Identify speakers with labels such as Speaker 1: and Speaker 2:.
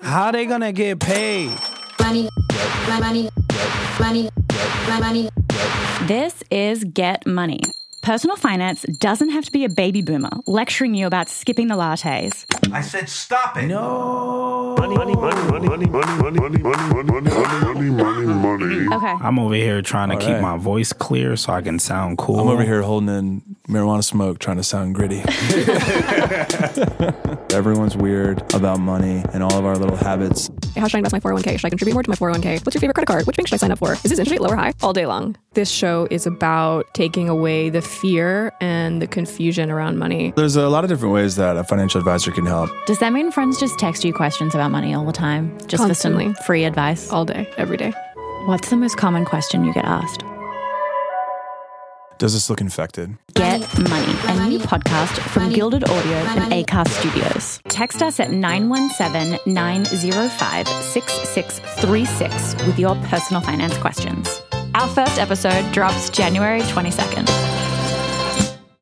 Speaker 1: how they gonna get paid?
Speaker 2: money, money, money, money.
Speaker 3: This is Get Money. Personal finance doesn't have to be a baby boomer lecturing you about skipping the lattes.
Speaker 4: I said, stop it.
Speaker 1: No.
Speaker 3: Okay.
Speaker 1: I'm over here trying to keep
Speaker 5: right.
Speaker 1: my voice clear so I can sound cool.
Speaker 5: I'm over here holding in marijuana smoke, trying to sound gritty. Everyone's weird about money and all of our little habits.
Speaker 6: How should I invest my 401k? Should I contribute more to my 401k? What's your favorite credit card? Which bank should I sign up for? Is this interest rate low or high? All day long. This show is about taking away the fear and the confusion around money.
Speaker 5: There's a lot of different ways that a financial advisor can help.
Speaker 7: Does that mean friends just text you questions about money all the time? Just for
Speaker 6: Constantly.
Speaker 7: some free advice? Oh,
Speaker 6: All day, every day.
Speaker 7: What's the most common question you get asked?
Speaker 5: Does this look infected?
Speaker 3: Get
Speaker 7: Money, a new podcast from Gilded Audio and Acast Studios.
Speaker 3: Text us at 917 905 6636
Speaker 7: with your personal finance questions. Our first episode drops January 22nd.